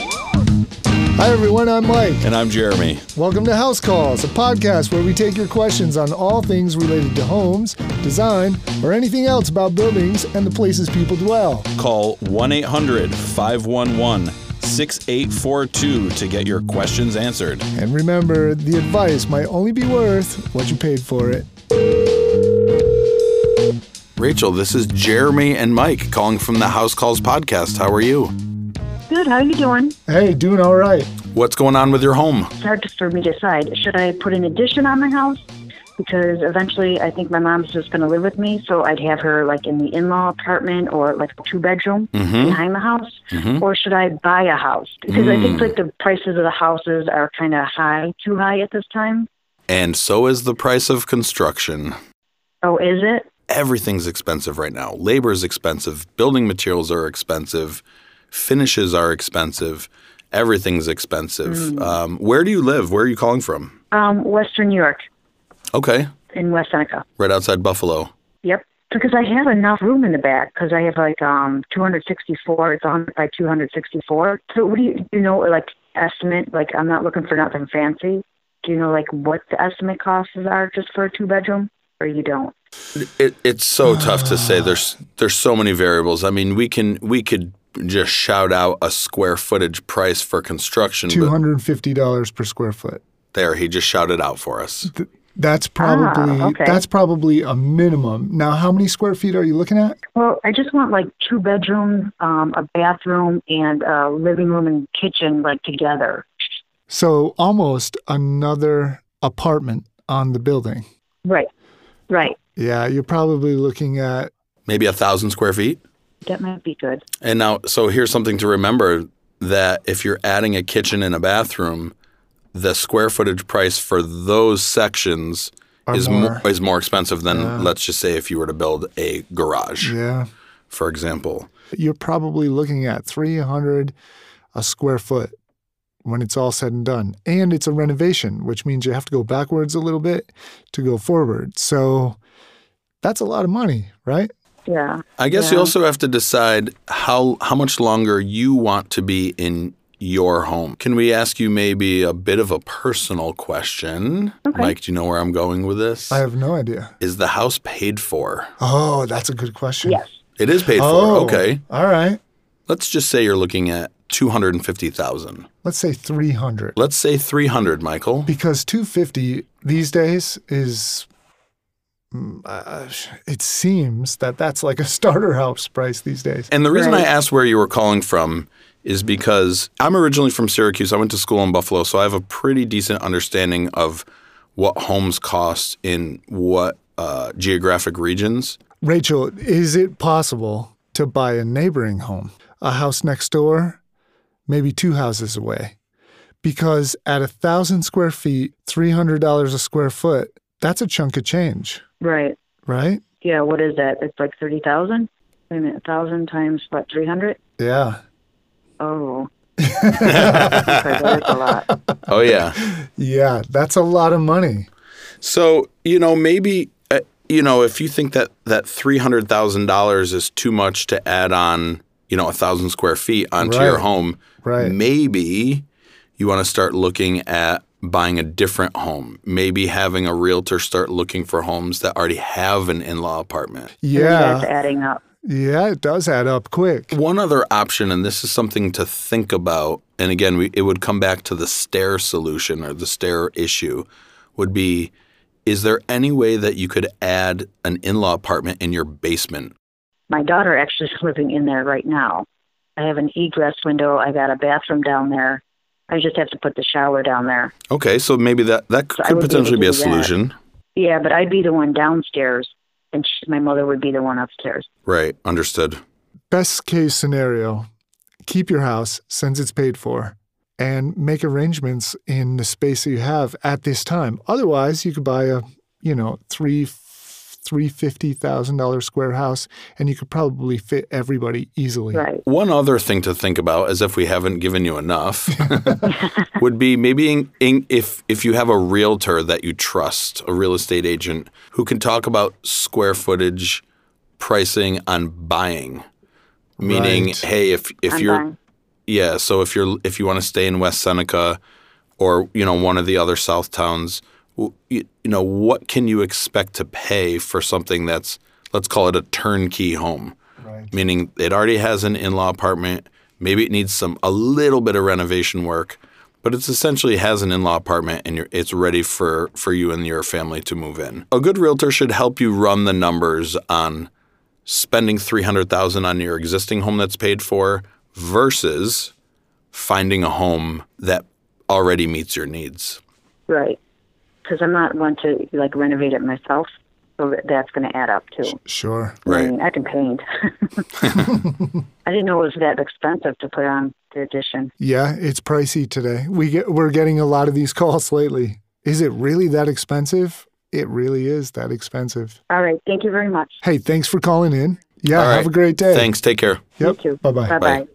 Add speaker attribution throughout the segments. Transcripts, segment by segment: Speaker 1: Hi, everyone. I'm Mike.
Speaker 2: And I'm Jeremy.
Speaker 1: Welcome to House Calls, a podcast where we take your questions on all things related to homes, design, or anything else about buildings and the places people dwell.
Speaker 2: Call 1 800 511 6842 to get your questions answered.
Speaker 1: And remember, the advice might only be worth what you paid for it.
Speaker 2: Rachel, this is Jeremy and Mike calling from the House Calls podcast. How are you?
Speaker 3: Good. How you doing?
Speaker 1: Hey, doing all right.
Speaker 2: What's going on with your home?
Speaker 3: It's hard for me to decide. Should I put an addition on my house? Because eventually, I think my mom's just going to live with me, so I'd have her like in the in-law apartment or like a two-bedroom behind the house. Or should I buy a house? Because I think like the prices of the houses are kind of high, too high at this time.
Speaker 2: And so is the price of construction.
Speaker 3: Oh, is it?
Speaker 2: Everything's expensive right now. Labor is expensive, building materials are expensive, finishes are expensive, everything's expensive. Um, where do you live? Where are you calling from?
Speaker 3: Um, Western New York
Speaker 2: Okay,
Speaker 3: in West Seneca.
Speaker 2: right outside Buffalo.
Speaker 3: Yep. Because I have enough room in the back because I have like um 264. It's 100 by 264. So what do you you know like estimate? Like I'm not looking for nothing fancy. Do you know like what the estimate costs are just for a two bedroom, or you don't?
Speaker 2: It, it's so
Speaker 1: Ah.
Speaker 2: tough to say. There's there's so many variables. I mean, we can we could just shout out a square footage price for construction. But
Speaker 1: $250 per square foot.
Speaker 2: there, he just shouted out for us.
Speaker 1: Th- That's probably
Speaker 3: okay.
Speaker 1: that's probably a minimum. Now, how many square feet are you looking at?
Speaker 3: Well, I just want like two bedrooms, um, a bathroom, and a living room and kitchen like together.
Speaker 1: So, almost another apartment on the building.
Speaker 3: Right. Right.
Speaker 1: Yeah, you're probably looking at
Speaker 2: Maybe a thousand square feet.
Speaker 3: That might be good.
Speaker 2: And now, so here's something to remember that if you're adding a kitchen and a bathroom, the square footage price for those sections
Speaker 1: Are
Speaker 2: is
Speaker 1: more.
Speaker 2: is more expensive than let's just say if you were to build a garage,
Speaker 1: yeah,
Speaker 2: for example.
Speaker 1: you're probably looking at 300 a square foot when it's all said and done. And it's a renovation, which means you have to go backwards a little bit to go forward. So that's a lot of money, right?
Speaker 3: Yeah.
Speaker 2: I guess you also have to decide how how much longer you want to be in your home. Can we ask you maybe a bit of a personal question? Mike, do you know where I'm going with this?
Speaker 1: I have no idea.
Speaker 2: Is the house paid for?
Speaker 1: Oh, that's a good question.
Speaker 3: Yes.
Speaker 2: It is paid
Speaker 1: Oh,
Speaker 2: for. Okay.
Speaker 1: All right.
Speaker 2: Let's just say you're looking at 250,000.
Speaker 1: Let's say 300
Speaker 2: Let's say 300, Michael.
Speaker 1: because 250 these days is mm, uh, it seems that that's like a starter house price these days.
Speaker 2: And the reason I
Speaker 3: Right.
Speaker 2: asked where you were calling from is because I'm originally from Syracuse. I went to school in Buffalo, so I have a pretty decent understanding of what homes cost in what uh, geographic regions.
Speaker 1: Rachel, is it possible to buy a neighboring home, a house next door, maybe two houses away? Because at a thousand square feet, three hundred dollars a square foot, that's a chunk of change,
Speaker 3: Right.
Speaker 1: right?
Speaker 3: Yeah, what is that? It's like thirty thousand. Wait a minute, thousand times what? Three hundred?
Speaker 1: Yeah.
Speaker 3: Oh, okay, that is a lot.
Speaker 2: Oh, yeah.
Speaker 1: Yeah, that's a lot of money.
Speaker 2: So you know maybe uh, you know if you think that that three hundred thousand dollars is too much to add on you know a thousand square feet onto your
Speaker 1: Right.
Speaker 2: home,
Speaker 1: Right.
Speaker 2: Maybe you want to start looking at buying a different home. Maybe having a realtor start looking for homes that already have an in-law apartment.
Speaker 3: That's
Speaker 1: Yeah.
Speaker 3: adding up.
Speaker 1: Yeah, it does add up quick.
Speaker 2: One other option, and this is something to think about, and again, we, it would come back to the stair solution or the stair issue, would be is there any way that you could add an in law apartment in your basement?
Speaker 3: My daughter actually is living in there right now. I have an egress window. I got a bathroom down there. I just have to put the shower down there.
Speaker 2: Okay, so maybe that, that could
Speaker 3: I would be able
Speaker 2: potentially
Speaker 3: to
Speaker 2: be a
Speaker 3: do that.
Speaker 2: solution.
Speaker 3: Yeah, but I'd be the one downstairs, and she, my mother would be the one upstairs.
Speaker 2: Right, understood.
Speaker 1: Best case scenario, keep your house since it's paid for and make arrangements in the space that you have at this time. Otherwise, you could buy a, you know, three three fifty thousand dollar square house and you could probably fit everybody easily.
Speaker 3: Right.
Speaker 2: One other thing to think about, as if we haven't given you enough, would be maybe in, in, if if you have a realtor that you trust, a real estate agent who can talk about square footage pricing on buying, meaning,
Speaker 1: Right.
Speaker 2: hey, if if
Speaker 3: I'm
Speaker 2: you're
Speaker 3: buying.
Speaker 2: yeah, so if you're if you want to stay in West Seneca or you know one of the other South towns, w- you, you know what can you expect to pay for something that's let's call it a turnkey home,
Speaker 1: Right.
Speaker 2: meaning it already has an in-law apartment. Maybe it needs some a little bit of renovation work, but it's essentially has an in-law apartment and you're, it's ready for for you and your family to move in. A good realtor should help you run the numbers on spending 300,000 on your existing home that's paid for versus finding a home that already meets your needs.
Speaker 3: Right. Because I'm not one to like renovate it myself, so that- that's going to add up too.
Speaker 1: Sure.
Speaker 3: I,
Speaker 2: Right.
Speaker 3: mean, I can paint. I didn't know it was that expensive to put on the addition.
Speaker 1: Yeah, it's pricey today. We get we're getting a lot of these calls lately. Is it really that expensive? It really is that expensive.
Speaker 3: All right. Thank you very much.
Speaker 1: Hey, thanks for calling in. Yeah,
Speaker 2: All right.
Speaker 1: have a great day.
Speaker 2: Thanks. Take care.
Speaker 1: Yep.
Speaker 3: You too.
Speaker 1: Bye bye.
Speaker 3: Bye bye.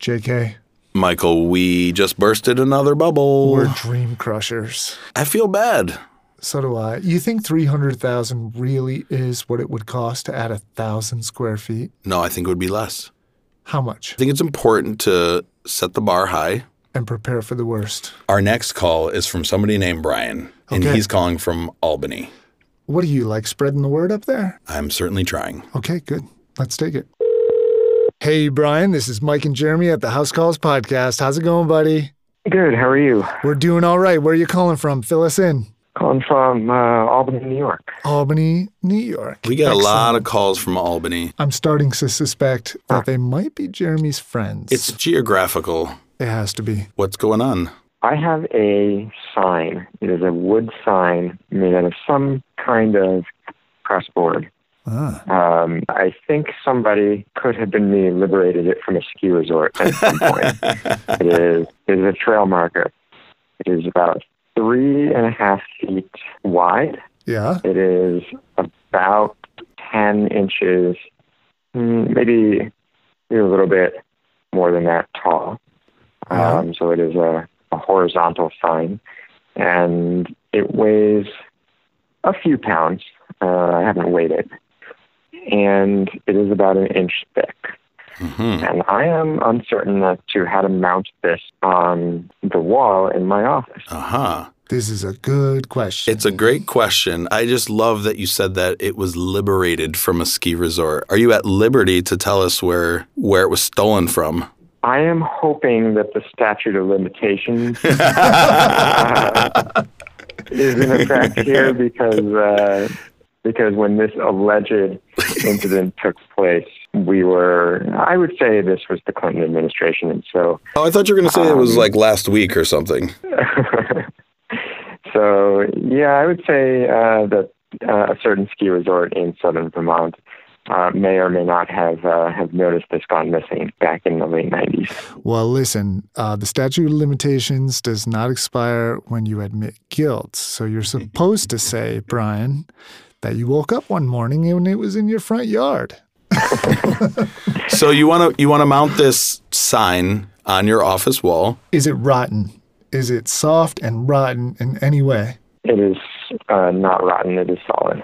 Speaker 1: JK,
Speaker 2: Michael, we just bursted another bubble.
Speaker 1: we're dream crushers.
Speaker 2: I feel bad.
Speaker 1: So do I. You think 300,000 really is what it would cost to add a 1,000 square feet?
Speaker 2: No, I think it would be less.
Speaker 1: How much?
Speaker 2: I think it's important to set the bar high.
Speaker 1: And prepare for the worst.
Speaker 2: Our next call is from somebody named Brian, and
Speaker 1: Okay.
Speaker 2: he's calling from Albany.
Speaker 1: What do you like spreading the word up there?
Speaker 2: I'm certainly trying.
Speaker 1: Okay, good. Let's take it. Hey, Brian, this is Mike and Jeremy at the House Calls Podcast. How's it going, buddy?
Speaker 4: Good. How are you?
Speaker 1: We're doing all right. Where are you calling from? Fill us in.
Speaker 4: Calling from uh, Albany, New York.
Speaker 1: Albany, New York.
Speaker 2: We get a
Speaker 1: Excellent.
Speaker 2: lot of calls from Albany.
Speaker 1: I'm starting to suspect that they might be Jeremy's friends.
Speaker 2: It's geographical.
Speaker 1: it has to be.
Speaker 2: What's going on?
Speaker 4: I have a sign. It is a wood sign made out of some kind of crossboard.
Speaker 1: Ah.
Speaker 4: Um, I think somebody could have been me liberated it from a ski resort at some point. it is it is a trail marker. It is about three and a half feet wide.
Speaker 1: Yeah.
Speaker 4: It is about 10 inches, mm, maybe maybe a little bit more than that tall. Um, so it is a, a horizontal sign, and it weighs a few pounds. Uh, I haven't weighed it, and it is about an inch thick.
Speaker 2: Mhm.
Speaker 4: And I am uncertain as to how to mount this on the wall in my office.
Speaker 2: Uh huh.
Speaker 1: This is a good question.
Speaker 2: It's a great question. I just love that you said that it was liberated from a ski resort. Are you at liberty to tell us where where it was stolen from?
Speaker 4: I am hoping that the statute of limitations is in effect here because uh, because when this alleged incident took place, we were I would say this was the Clinton administration, and so
Speaker 2: Oh, I thought you were going to say it was like last week or something.
Speaker 4: so yeah, I would say uh, that uh, a certain ski resort in southern Vermont. Uh, may or may not have uh, have noticed this gone missing back in the late 90s.
Speaker 1: Well, listen, uh, the statute of limitations does not expire when you admit guilt. So you're supposed to say, Brian, that you woke up one morning and it was in your front yard.
Speaker 2: So you want to you want to mount this sign on your office wall?
Speaker 1: Is it rotten? Is it soft and rotten in any way?
Speaker 4: It is uh, not rotten; it is solid.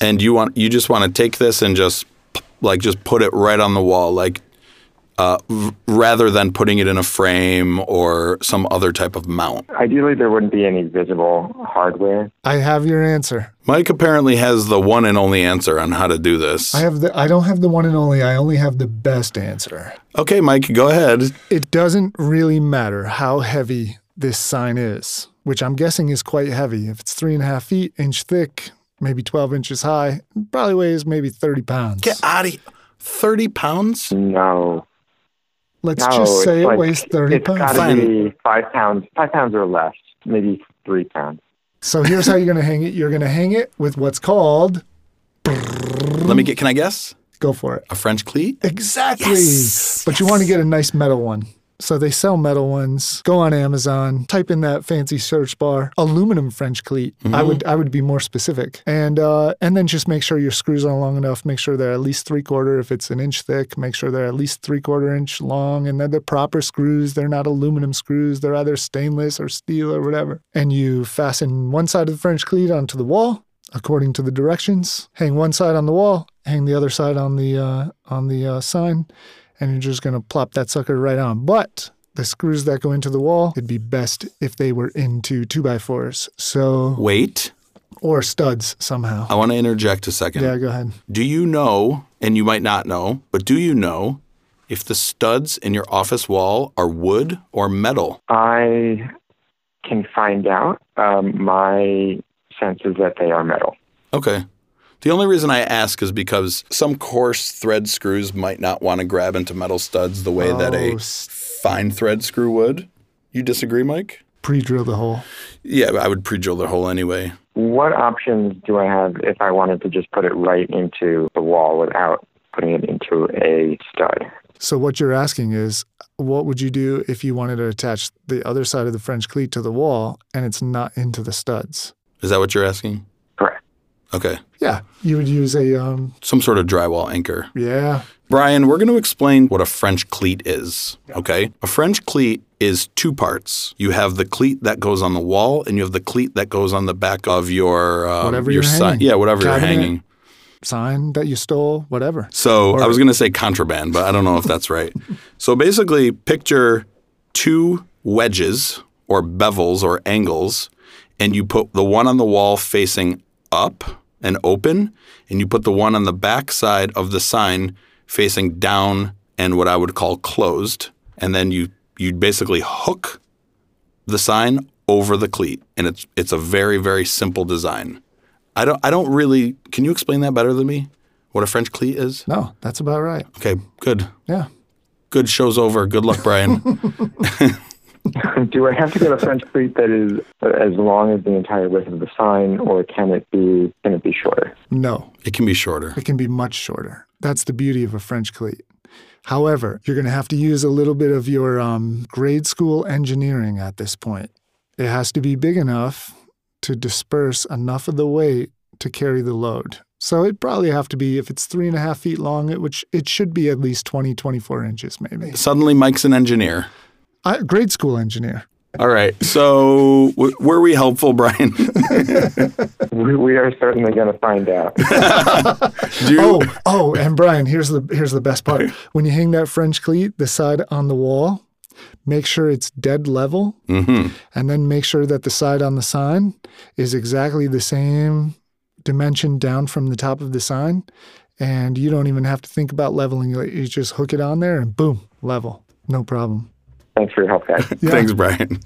Speaker 2: and you want you just want to take this and just p- like just put it right on the wall like uh, v- rather than putting it in a frame or some other type of mount.
Speaker 4: Ideally, there wouldn't be any visible hardware.
Speaker 1: I have your answer.
Speaker 2: Mike apparently has the one and only answer on how to do this.
Speaker 1: I have the I don't have the one and only, I only have the best answer.
Speaker 2: okay, Mike, go ahead.
Speaker 1: It doesn't really matter how heavy this sign is, which I'm guessing is quite heavy. If it's three and a half feet, inch thick, maybe 12 inches high, probably weighs maybe 30 pounds.
Speaker 2: Get out of 30 pounds?
Speaker 4: No,
Speaker 1: Let's
Speaker 4: no.
Speaker 1: just say
Speaker 4: it's
Speaker 1: it
Speaker 4: like,
Speaker 1: weighs 30
Speaker 4: It's
Speaker 1: pounds.
Speaker 4: got to
Speaker 2: Fine.
Speaker 4: be five pounds, five pounds or less, maybe three pounds.
Speaker 1: So here's how you're going to hang it. You're going to hang it with what's called,
Speaker 2: Let me get, can I guess?
Speaker 1: go for it.
Speaker 2: A French cleat?
Speaker 1: Exactly.
Speaker 2: Yes,
Speaker 1: But you want to get a nice metal one. So they sell metal ones. Go on Amazon, type in that fancy search bar, aluminum French cleat.
Speaker 2: Mm-hmm.
Speaker 1: I would I would be more specific. And uh, and then just make sure your screws are long enough. Make sure they're at least three quarter if it's an inch thick. Make sure they're at least three quarter inch long and they're the proper screws. They're not aluminum screws. They're either stainless or steel or whatever. And you fasten one side of the French cleat onto the wall according to the directions. Hang one side on the wall, hang the other side on the uh, on the uh, sign, and you're just going to plop that sucker right on. But the screws that go into the wall, it'd be best if they were into two by fours. So,
Speaker 2: Wait,
Speaker 1: or studs somehow.
Speaker 2: I want to interject a second.
Speaker 1: Yeah, go ahead.
Speaker 2: Do you know, and you might not know, but do you know if the studs in your office wall are wood or metal?
Speaker 4: I can find out. Um, my sense is that they are metal.
Speaker 2: Okay. The only reason I ask is because some coarse thread screws might not want to grab into metal studs the way that
Speaker 1: Oh,
Speaker 2: a
Speaker 1: s-
Speaker 2: fine thread screw would. You disagree, Mike?
Speaker 1: Pre drill the hole.
Speaker 2: Yeah, I would pre-drill the hole anyway.
Speaker 4: What options do I have if I wanted to just put it right into the wall without putting it into a stud?
Speaker 1: So, what you're asking is, what would you do if you wanted to attach the other side of the French cleat to the wall and it's not into the studs?
Speaker 2: Is that what you're asking?
Speaker 4: Correct.
Speaker 2: Okay.
Speaker 1: Yeah, you would use a, um,
Speaker 2: Some sort of drywall anchor.
Speaker 1: yeah,
Speaker 2: Brian, we're going to explain what a French cleat is, okay? A French cleat is two parts. You have the cleat that goes on the wall, and you have the cleat that goes on the back of your um,
Speaker 1: Whatever
Speaker 2: your
Speaker 1: you're
Speaker 2: si-
Speaker 1: hanging.
Speaker 2: Yeah, whatever
Speaker 1: Cabinet.
Speaker 2: you're hanging.
Speaker 1: sign that you stole, whatever.
Speaker 2: So I was going to say contraband, but I don't know if that's right. So basically, picture two wedges or bevels or angles, and you put the one on the wall facing up and open, and you put the one on the back side of the sign facing down and what I would call closed. And then you you basically hook the sign over the cleat, and it's it's a very very simple design. I don't I don't really. Can you explain that better than me? What a French cleat is?
Speaker 1: No, that's about right.
Speaker 2: Okay, good.
Speaker 1: Yeah.
Speaker 2: Good show's over. Good luck, Brian.
Speaker 4: Do I have to get a French cleat that is as long as the entire width of the sign, or can it be can it be shorter?
Speaker 1: No,
Speaker 2: it can be shorter.
Speaker 1: it can be much shorter. That's the beauty of a French cleat. However, you're going to have to use a little bit of your um, grade school engineering at this point. It has to be big enough to disperse enough of the weight to carry the load. So it'd probably have to be, if it's three and a half feet long, it, which it should be at least 20, 24 inches maybe.
Speaker 2: Suddenly, Mike's an engineer.
Speaker 1: I, grade school engineer.
Speaker 2: All right. So, w- were we helpful, Brian?
Speaker 4: We, we are certainly going to find out.
Speaker 2: Do you-
Speaker 1: Oh, oh, and Brian, here's the here's the best part. When you hang that French cleat, the side on the wall, make sure it's dead level,
Speaker 2: Mhm.
Speaker 1: and then make sure that the side on the sign is exactly the same dimension down from the top of the sign, and you don't even have to think about leveling. You just hook it on there, and boom, level, no problem.
Speaker 4: Thanks for your help, guys.
Speaker 1: Yeah.
Speaker 2: Thanks, Brian.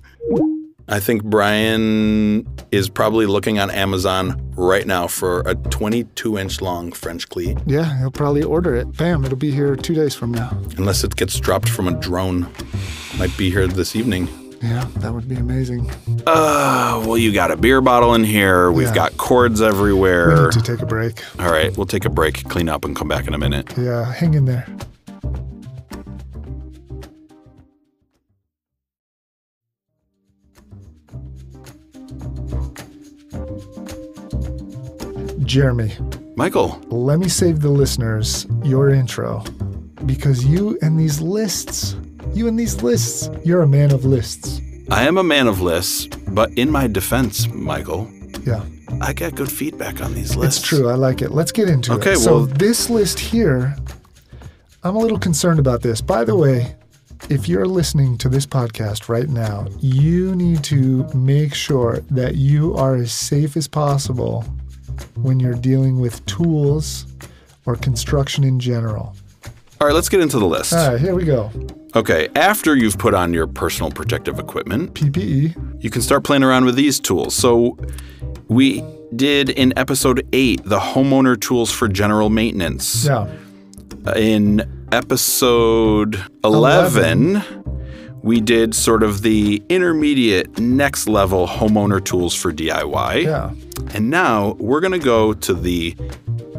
Speaker 2: I think Brian is probably looking on Amazon right now for a 22 inch long French cleat,
Speaker 1: Yeah, he'll probably order it. Bam, it'll be here two days from now.
Speaker 2: unless it gets dropped from a drone. Might be here this evening.
Speaker 1: Yeah, that would be amazing.
Speaker 2: Uh, well, you got a beer bottle in here. We've
Speaker 1: Yeah.
Speaker 2: got cords everywhere.
Speaker 1: We need to take a break.
Speaker 2: All right, we'll take a break, clean up, and come back in a minute.
Speaker 1: Yeah, hang in there. Jeremy,
Speaker 2: Michael,
Speaker 1: let me save the listeners your intro because you and these lists, you and these lists, you're a man of lists.
Speaker 2: I am a man of lists, but in my defense, Michael,
Speaker 1: Yeah,
Speaker 2: I get good feedback on these lists.
Speaker 1: it's true. I like it. Let's get into it.
Speaker 2: Okay,
Speaker 1: so
Speaker 2: well-
Speaker 1: this list here, I'm a little concerned about this. By the way, if you're listening to this podcast right now, you need to make sure that you are as safe as possible when you're dealing with tools or construction in general.
Speaker 2: All right, let's get into the list.
Speaker 1: All right, here we go.
Speaker 2: Okay, after you've put on your personal protective equipment,
Speaker 1: PPE.
Speaker 2: you can start playing around with these tools. So, we did in episode eight the homeowner tools for general maintenance.
Speaker 1: Yeah.
Speaker 2: in episode 11, we did sort of the intermediate next level homeowner tools for DIY.
Speaker 1: Yeah.
Speaker 2: And now we're going to go to the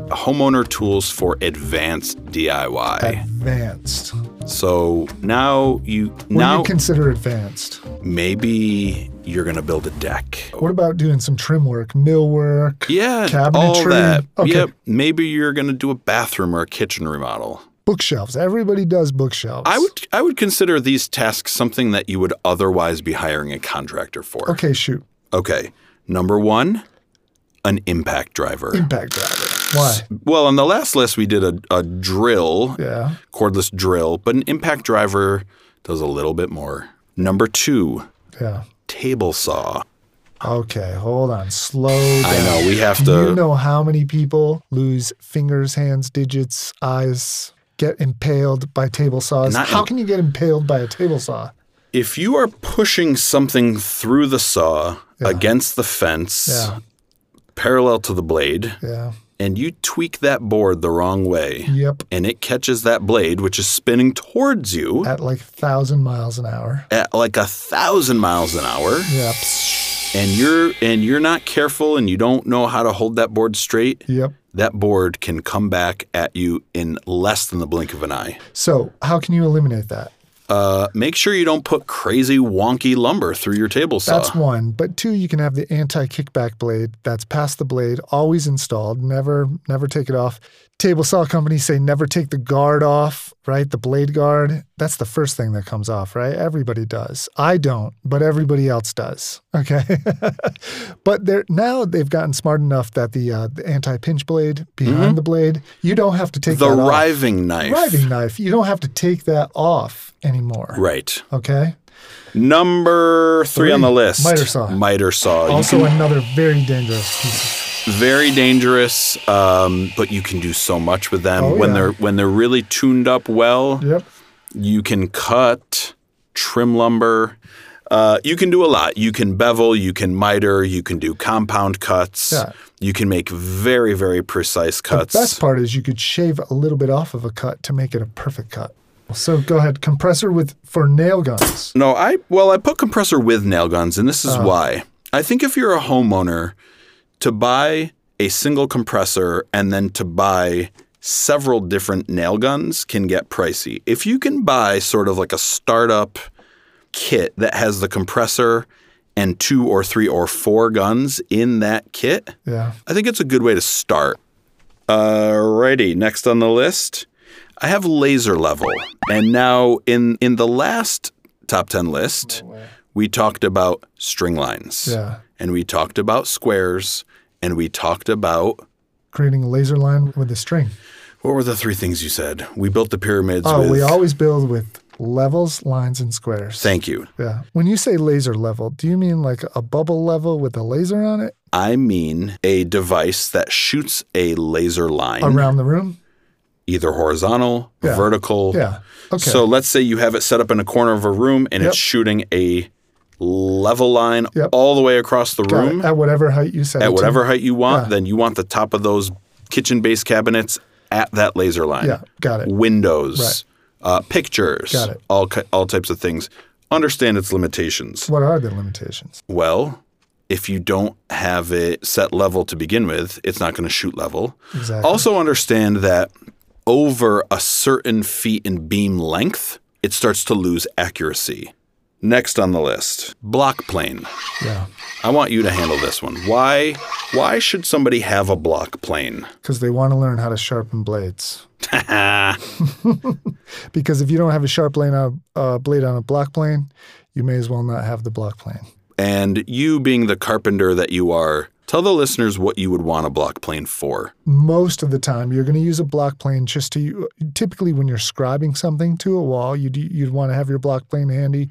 Speaker 2: homeowner tools for advanced DIY.
Speaker 1: Advanced.
Speaker 2: So now you
Speaker 1: What do
Speaker 2: now
Speaker 1: you consider advanced?
Speaker 2: maybe you're going to build a deck.
Speaker 1: What about doing some trim work, mill work?
Speaker 2: Yeah, all
Speaker 1: Cabinetry.
Speaker 2: that.
Speaker 1: Okay.
Speaker 2: Yep. Maybe you're going to do a bathroom or a kitchen remodel.
Speaker 1: Bookshelves. Everybody does bookshelves.
Speaker 2: I would I would consider these tasks something that you would otherwise be hiring a contractor for.
Speaker 1: Okay, shoot.
Speaker 2: Okay. Number one, an impact driver.
Speaker 1: Impact driver. Why?
Speaker 2: Well, on the last list, we did a, a drill,
Speaker 1: Yeah.
Speaker 2: cordless drill, but an impact driver does a little bit more. Number two,
Speaker 1: Yeah.
Speaker 2: table saw.
Speaker 1: Okay. Hold on. Slow down.
Speaker 2: I know we have
Speaker 1: Do
Speaker 2: to.
Speaker 1: you know how many people lose fingers, hands, digits, eyes, get impaled by table saws?
Speaker 2: Not
Speaker 1: how
Speaker 2: in-
Speaker 1: can you get impaled by a table saw?
Speaker 2: If you are pushing something through the saw against the fence,
Speaker 1: Yeah.
Speaker 2: parallel to the blade,
Speaker 1: Yeah.
Speaker 2: and you tweak that board the wrong way,
Speaker 1: Yep.
Speaker 2: and it catches that blade, which is spinning towards you
Speaker 1: At like thousand miles an hour.
Speaker 2: at like a thousand miles an hour,
Speaker 1: Yep.
Speaker 2: and you're and you're not careful, and you don't know how to hold that board straight.
Speaker 1: Yep.
Speaker 2: That board can come back at you in less than the blink of an eye.
Speaker 1: So how can you eliminate that?
Speaker 2: Uh, make sure you don't put crazy wonky lumber through your table saw.
Speaker 1: That's one. But two, you can have the anti-kickback blade that's past the blade, always installed. Never, never take it off. Table saw companies say never take the guard off, right? The blade guard. That's the first thing that comes off, right? Everybody does. I don't, but everybody else does. Okay. but they're now they've gotten smart enough that the uh, the anti-pinch blade behind the blade, you don't have to take
Speaker 2: Mm-hmm. the
Speaker 1: that off.
Speaker 2: riving knife.
Speaker 1: Riving knife. You don't have to take that off anymore.
Speaker 2: Right.
Speaker 1: Okay.
Speaker 2: Number three,
Speaker 1: Three,
Speaker 2: on the list.
Speaker 1: miter saw.
Speaker 2: Miter saw. You
Speaker 1: Also, another very dangerous piece.
Speaker 2: can- very dangerous, um, but you can do so much with them
Speaker 1: Oh,
Speaker 2: when
Speaker 1: yeah.
Speaker 2: they're when they're really tuned up well.
Speaker 1: Of, yep.
Speaker 2: You can cut, trim lumber. Uh, you can do a lot. You can bevel. You can miter. You can do compound cuts.
Speaker 1: Yeah.
Speaker 2: You can make very very precise cuts.
Speaker 1: The best part is you could shave a little bit off of a cut to make it a perfect cut. So go ahead, compressor with for nail guns.
Speaker 2: No, I well, I put compressor with nail guns, and this is why. I think if you're a homeowner, to buy a single compressor and then to buy several different nail guns can get pricey. If you can buy sort of like a startup kit that has the compressor and two or three or four guns in that kit,
Speaker 1: Yeah.
Speaker 2: I think it's a good way to start. Alrighty, next on the list, I have laser level. And now in in the last top 10 list, we talked about string lines.
Speaker 1: Yeah.
Speaker 2: And we talked about squares and we talked about
Speaker 1: Creating a laser line with a string.
Speaker 2: what were the three things you said? We built the pyramids
Speaker 1: Oh,
Speaker 2: with
Speaker 1: we always build with levels, lines, and squares.
Speaker 2: Thank you.
Speaker 1: yeah. When you say laser level, do you mean like a bubble level with a laser on it
Speaker 2: I mean a device that shoots a laser line
Speaker 1: around the room?
Speaker 2: either horizontal,
Speaker 1: Yeah.
Speaker 2: vertical.
Speaker 1: Yeah. Okay.
Speaker 2: So let's say you have it set up in a corner of a room and it's
Speaker 1: Yep.
Speaker 2: shooting a level line
Speaker 1: Yep.
Speaker 2: all the way across the
Speaker 1: Got it.
Speaker 2: room
Speaker 1: at whatever height you set it
Speaker 2: at
Speaker 1: to.
Speaker 2: whatever height you want. Then you want the top of those kitchen base cabinets at that laser line.
Speaker 1: Yeah. Got it.
Speaker 2: Windows, uh, pictures,
Speaker 1: Got it.
Speaker 2: all ki- all types of things. Understand its limitations.
Speaker 1: What are the limitations?
Speaker 2: Well, if you don't have it set level to begin with, it's not going to shoot level.
Speaker 1: Exactly.
Speaker 2: Also understand that over a certain feet in beam length, it starts to lose accuracy. Next on the list, block plane.
Speaker 1: Yeah.
Speaker 2: I want you to handle this one. Why why should somebody have a block plane?
Speaker 1: Because they want to learn how to sharpen blades. because if you don't have a sharp blade on a uh, blade on a block plane, you may as well not have the block plane.
Speaker 2: and you being the carpenter that you are, tell the listeners what you would want a block plane for.
Speaker 1: Most of the time, you're going to use a block plane just to typically when you're scribing something to a wall, you'd you'd want to have your block plane handy.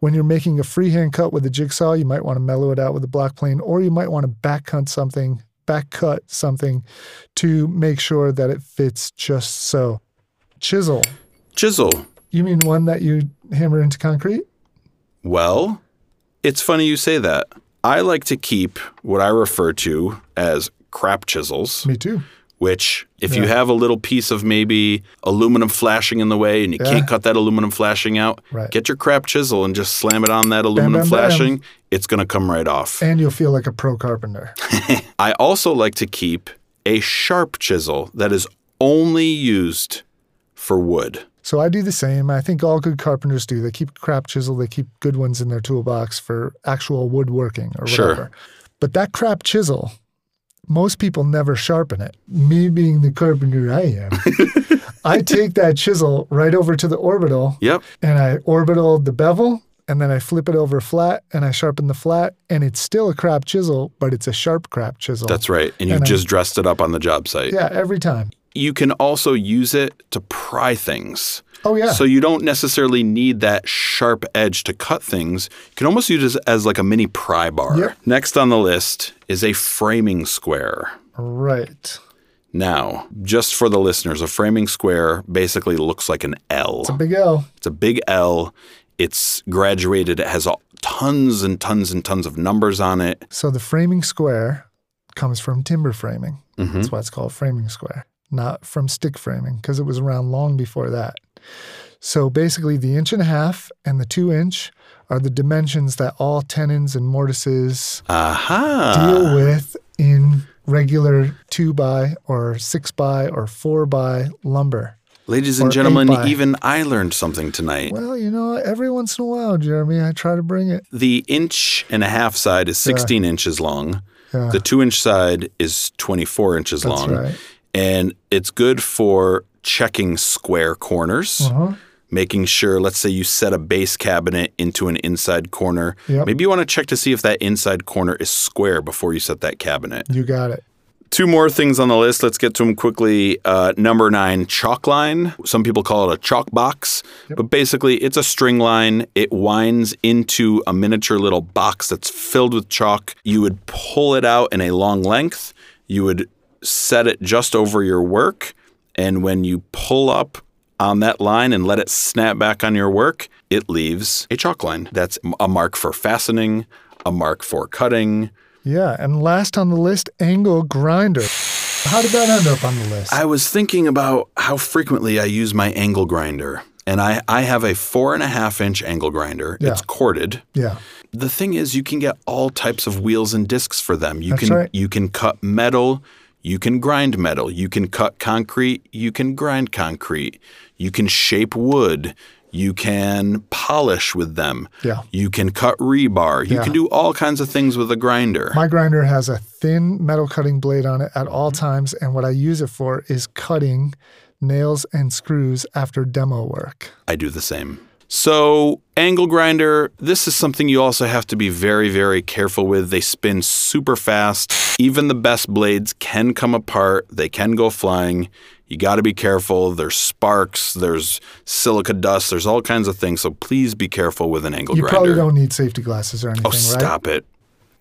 Speaker 1: When you're making a freehand cut with a jigsaw, you might want to mellow it out with a block plane, or you might want to back cut something, back cut something, to make sure that it fits just so. Chisel.
Speaker 2: Chisel.
Speaker 1: You mean one that you hammer into concrete?
Speaker 2: Well, it's funny you say that. I like to keep what I refer to as crap chisels.
Speaker 1: Me too.
Speaker 2: which if you have a little piece of maybe aluminum flashing in the way and you can't cut that aluminum flashing out,
Speaker 1: Right.
Speaker 2: get your crap chisel and just slam it on that aluminum
Speaker 1: bam, Eh.
Speaker 2: flashing. It's going to come right off.
Speaker 1: And you'll feel like a pro carpenter.
Speaker 2: I also like to keep a sharp chisel that is only used for wood.
Speaker 1: So I do the same. I think all good carpenters do. They keep crap chisel, they keep good ones in their toolbox for actual woodworking or
Speaker 2: Sure.
Speaker 1: whatever. But that crap chisel, most people never sharpen it. Me being the carpenter I am, I take that chisel right over to the orbital
Speaker 2: Yep.
Speaker 1: and I orbital the bevel and then I flip it over flat and I sharpen the flat, and it's still a crap chisel, but it's a sharp crap chisel.
Speaker 2: That's right. And you've
Speaker 1: And I'm-
Speaker 2: just dressed it up on the job site.
Speaker 1: yeah, every time.
Speaker 2: You can also use it to pry things.
Speaker 1: Oh yeah,
Speaker 2: So you don't necessarily need that sharp edge to cut things. You can almost use it as like a mini pry bar.
Speaker 1: Yep.
Speaker 2: Next on the list is a framing square.
Speaker 1: right.
Speaker 2: Now, just for the listeners, a framing square basically looks like an L.
Speaker 1: Big L.
Speaker 2: It's a big L. It's graduated. It has all, tons and tons and tons of numbers on it.
Speaker 1: So the framing square comes from timber framing. That's why it's called framing square, not from stick framing, because it was around long before that. So basically, the inch and a half and the two inch are the dimensions that all tenons and mortises
Speaker 2: Aha.
Speaker 1: deal with in regular two by or six by or four by lumber.
Speaker 2: Ladies and
Speaker 1: Or
Speaker 2: gentlemen,
Speaker 1: eight by.
Speaker 2: even I learned something tonight.
Speaker 1: Well, you know, every once in a while, Jeremy, I try to bring it.
Speaker 2: The inch and a half side is 16 inches long.
Speaker 1: Yeah.
Speaker 2: The two inch side is 24 inches
Speaker 1: That's
Speaker 2: long.
Speaker 1: right.
Speaker 2: And it's good for checking square corners.
Speaker 1: Uh-huh.
Speaker 2: making sure, let's say you set a base cabinet into an inside corner.
Speaker 1: Yep.
Speaker 2: Maybe you want to check to see if that inside corner is square before you set that cabinet.
Speaker 1: You got it.
Speaker 2: Two more things on the list. Let's get to them quickly. Uh, number nine, chalk line. Some people call it a chalk box, but basically it's a string line. It winds into a miniature little box that's filled with chalk. You would pull it out in a long length. You would set it just over your work. And when you pull up on that line and let it snap back on your work, it leaves a chalk line. That's a mark for fastening, a mark for cutting.
Speaker 1: Yeah. And last on the list, angle grinder. How did that end up on the list?
Speaker 2: I was thinking about how frequently I use my angle grinder. And I, I have a four and a half inch angle grinder.
Speaker 1: Yeah.
Speaker 2: It's corded.
Speaker 1: yeah.
Speaker 2: The thing is you can get all types of wheels and discs for them. You
Speaker 1: That's
Speaker 2: can
Speaker 1: right.
Speaker 2: you can cut metal, you can grind metal, you can cut concrete, you can grind concrete, you can shape wood, you can polish with them.
Speaker 1: Yeah.
Speaker 2: You can cut rebar. You
Speaker 1: Yeah.
Speaker 2: can do all kinds of things with a grinder.
Speaker 1: My grinder has a thin metal cutting blade on it at
Speaker 2: Mm-hmm.
Speaker 1: all times, and what I use it for is cutting nails and screws after demo work.
Speaker 2: I do the same. So, angle grinder, this is something you also have to be very, very careful with. They spin super fast. Even the best blades can come apart, they can go flying. You got to be careful. There's sparks, there's silica dust, there's all kinds of things. So, please be careful with an angle
Speaker 1: You
Speaker 2: Oh, grinder.
Speaker 1: probably don't need safety glasses or anything,
Speaker 2: oh,
Speaker 1: right?
Speaker 2: stop it.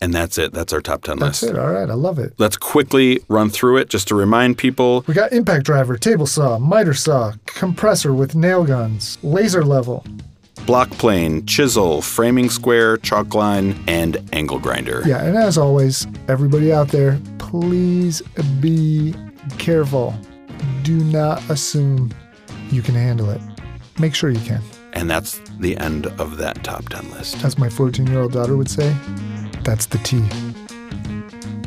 Speaker 2: And that's it. That's our top 10
Speaker 1: That's
Speaker 2: list.
Speaker 1: it. All right. I love it.
Speaker 2: Let's quickly run through it just to remind people
Speaker 1: We got impact driver, table saw, miter saw, compressor with nail guns, laser level.
Speaker 2: block plane, chisel, framing square, chalk line, and angle grinder.
Speaker 1: Yeah, and as always, everybody out there, please be careful. Do not assume you can handle it. Make sure you can.
Speaker 2: And that's the end of that top 10 list.
Speaker 1: As my 14 year old daughter would say, that's the T.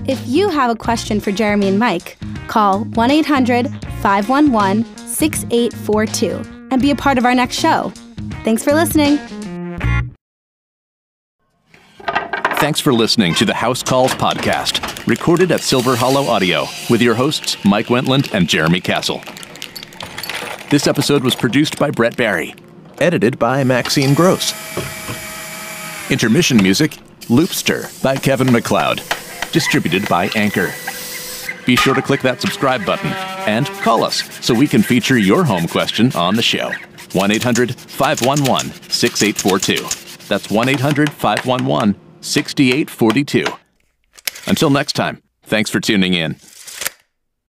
Speaker 5: If you have a question for Jeremy and Mike, call 1 800 511 6842 and be a part of our next show. Thanks for listening.
Speaker 6: Thanks for listening to the House Calls podcast, recorded at Silver Hollow Audio with your hosts, Mike Wentland and Jeremy Castle. This episode was produced by Brett Barry, edited by Maxine Gross. Intermission music, Loopster by Kevin McLeod, distributed by Anchor. Be sure to click that subscribe button and call us so we can feature your home question on the show. 1 800 511 6842. That's 1 800 511 6842. Until next time, thanks for tuning in.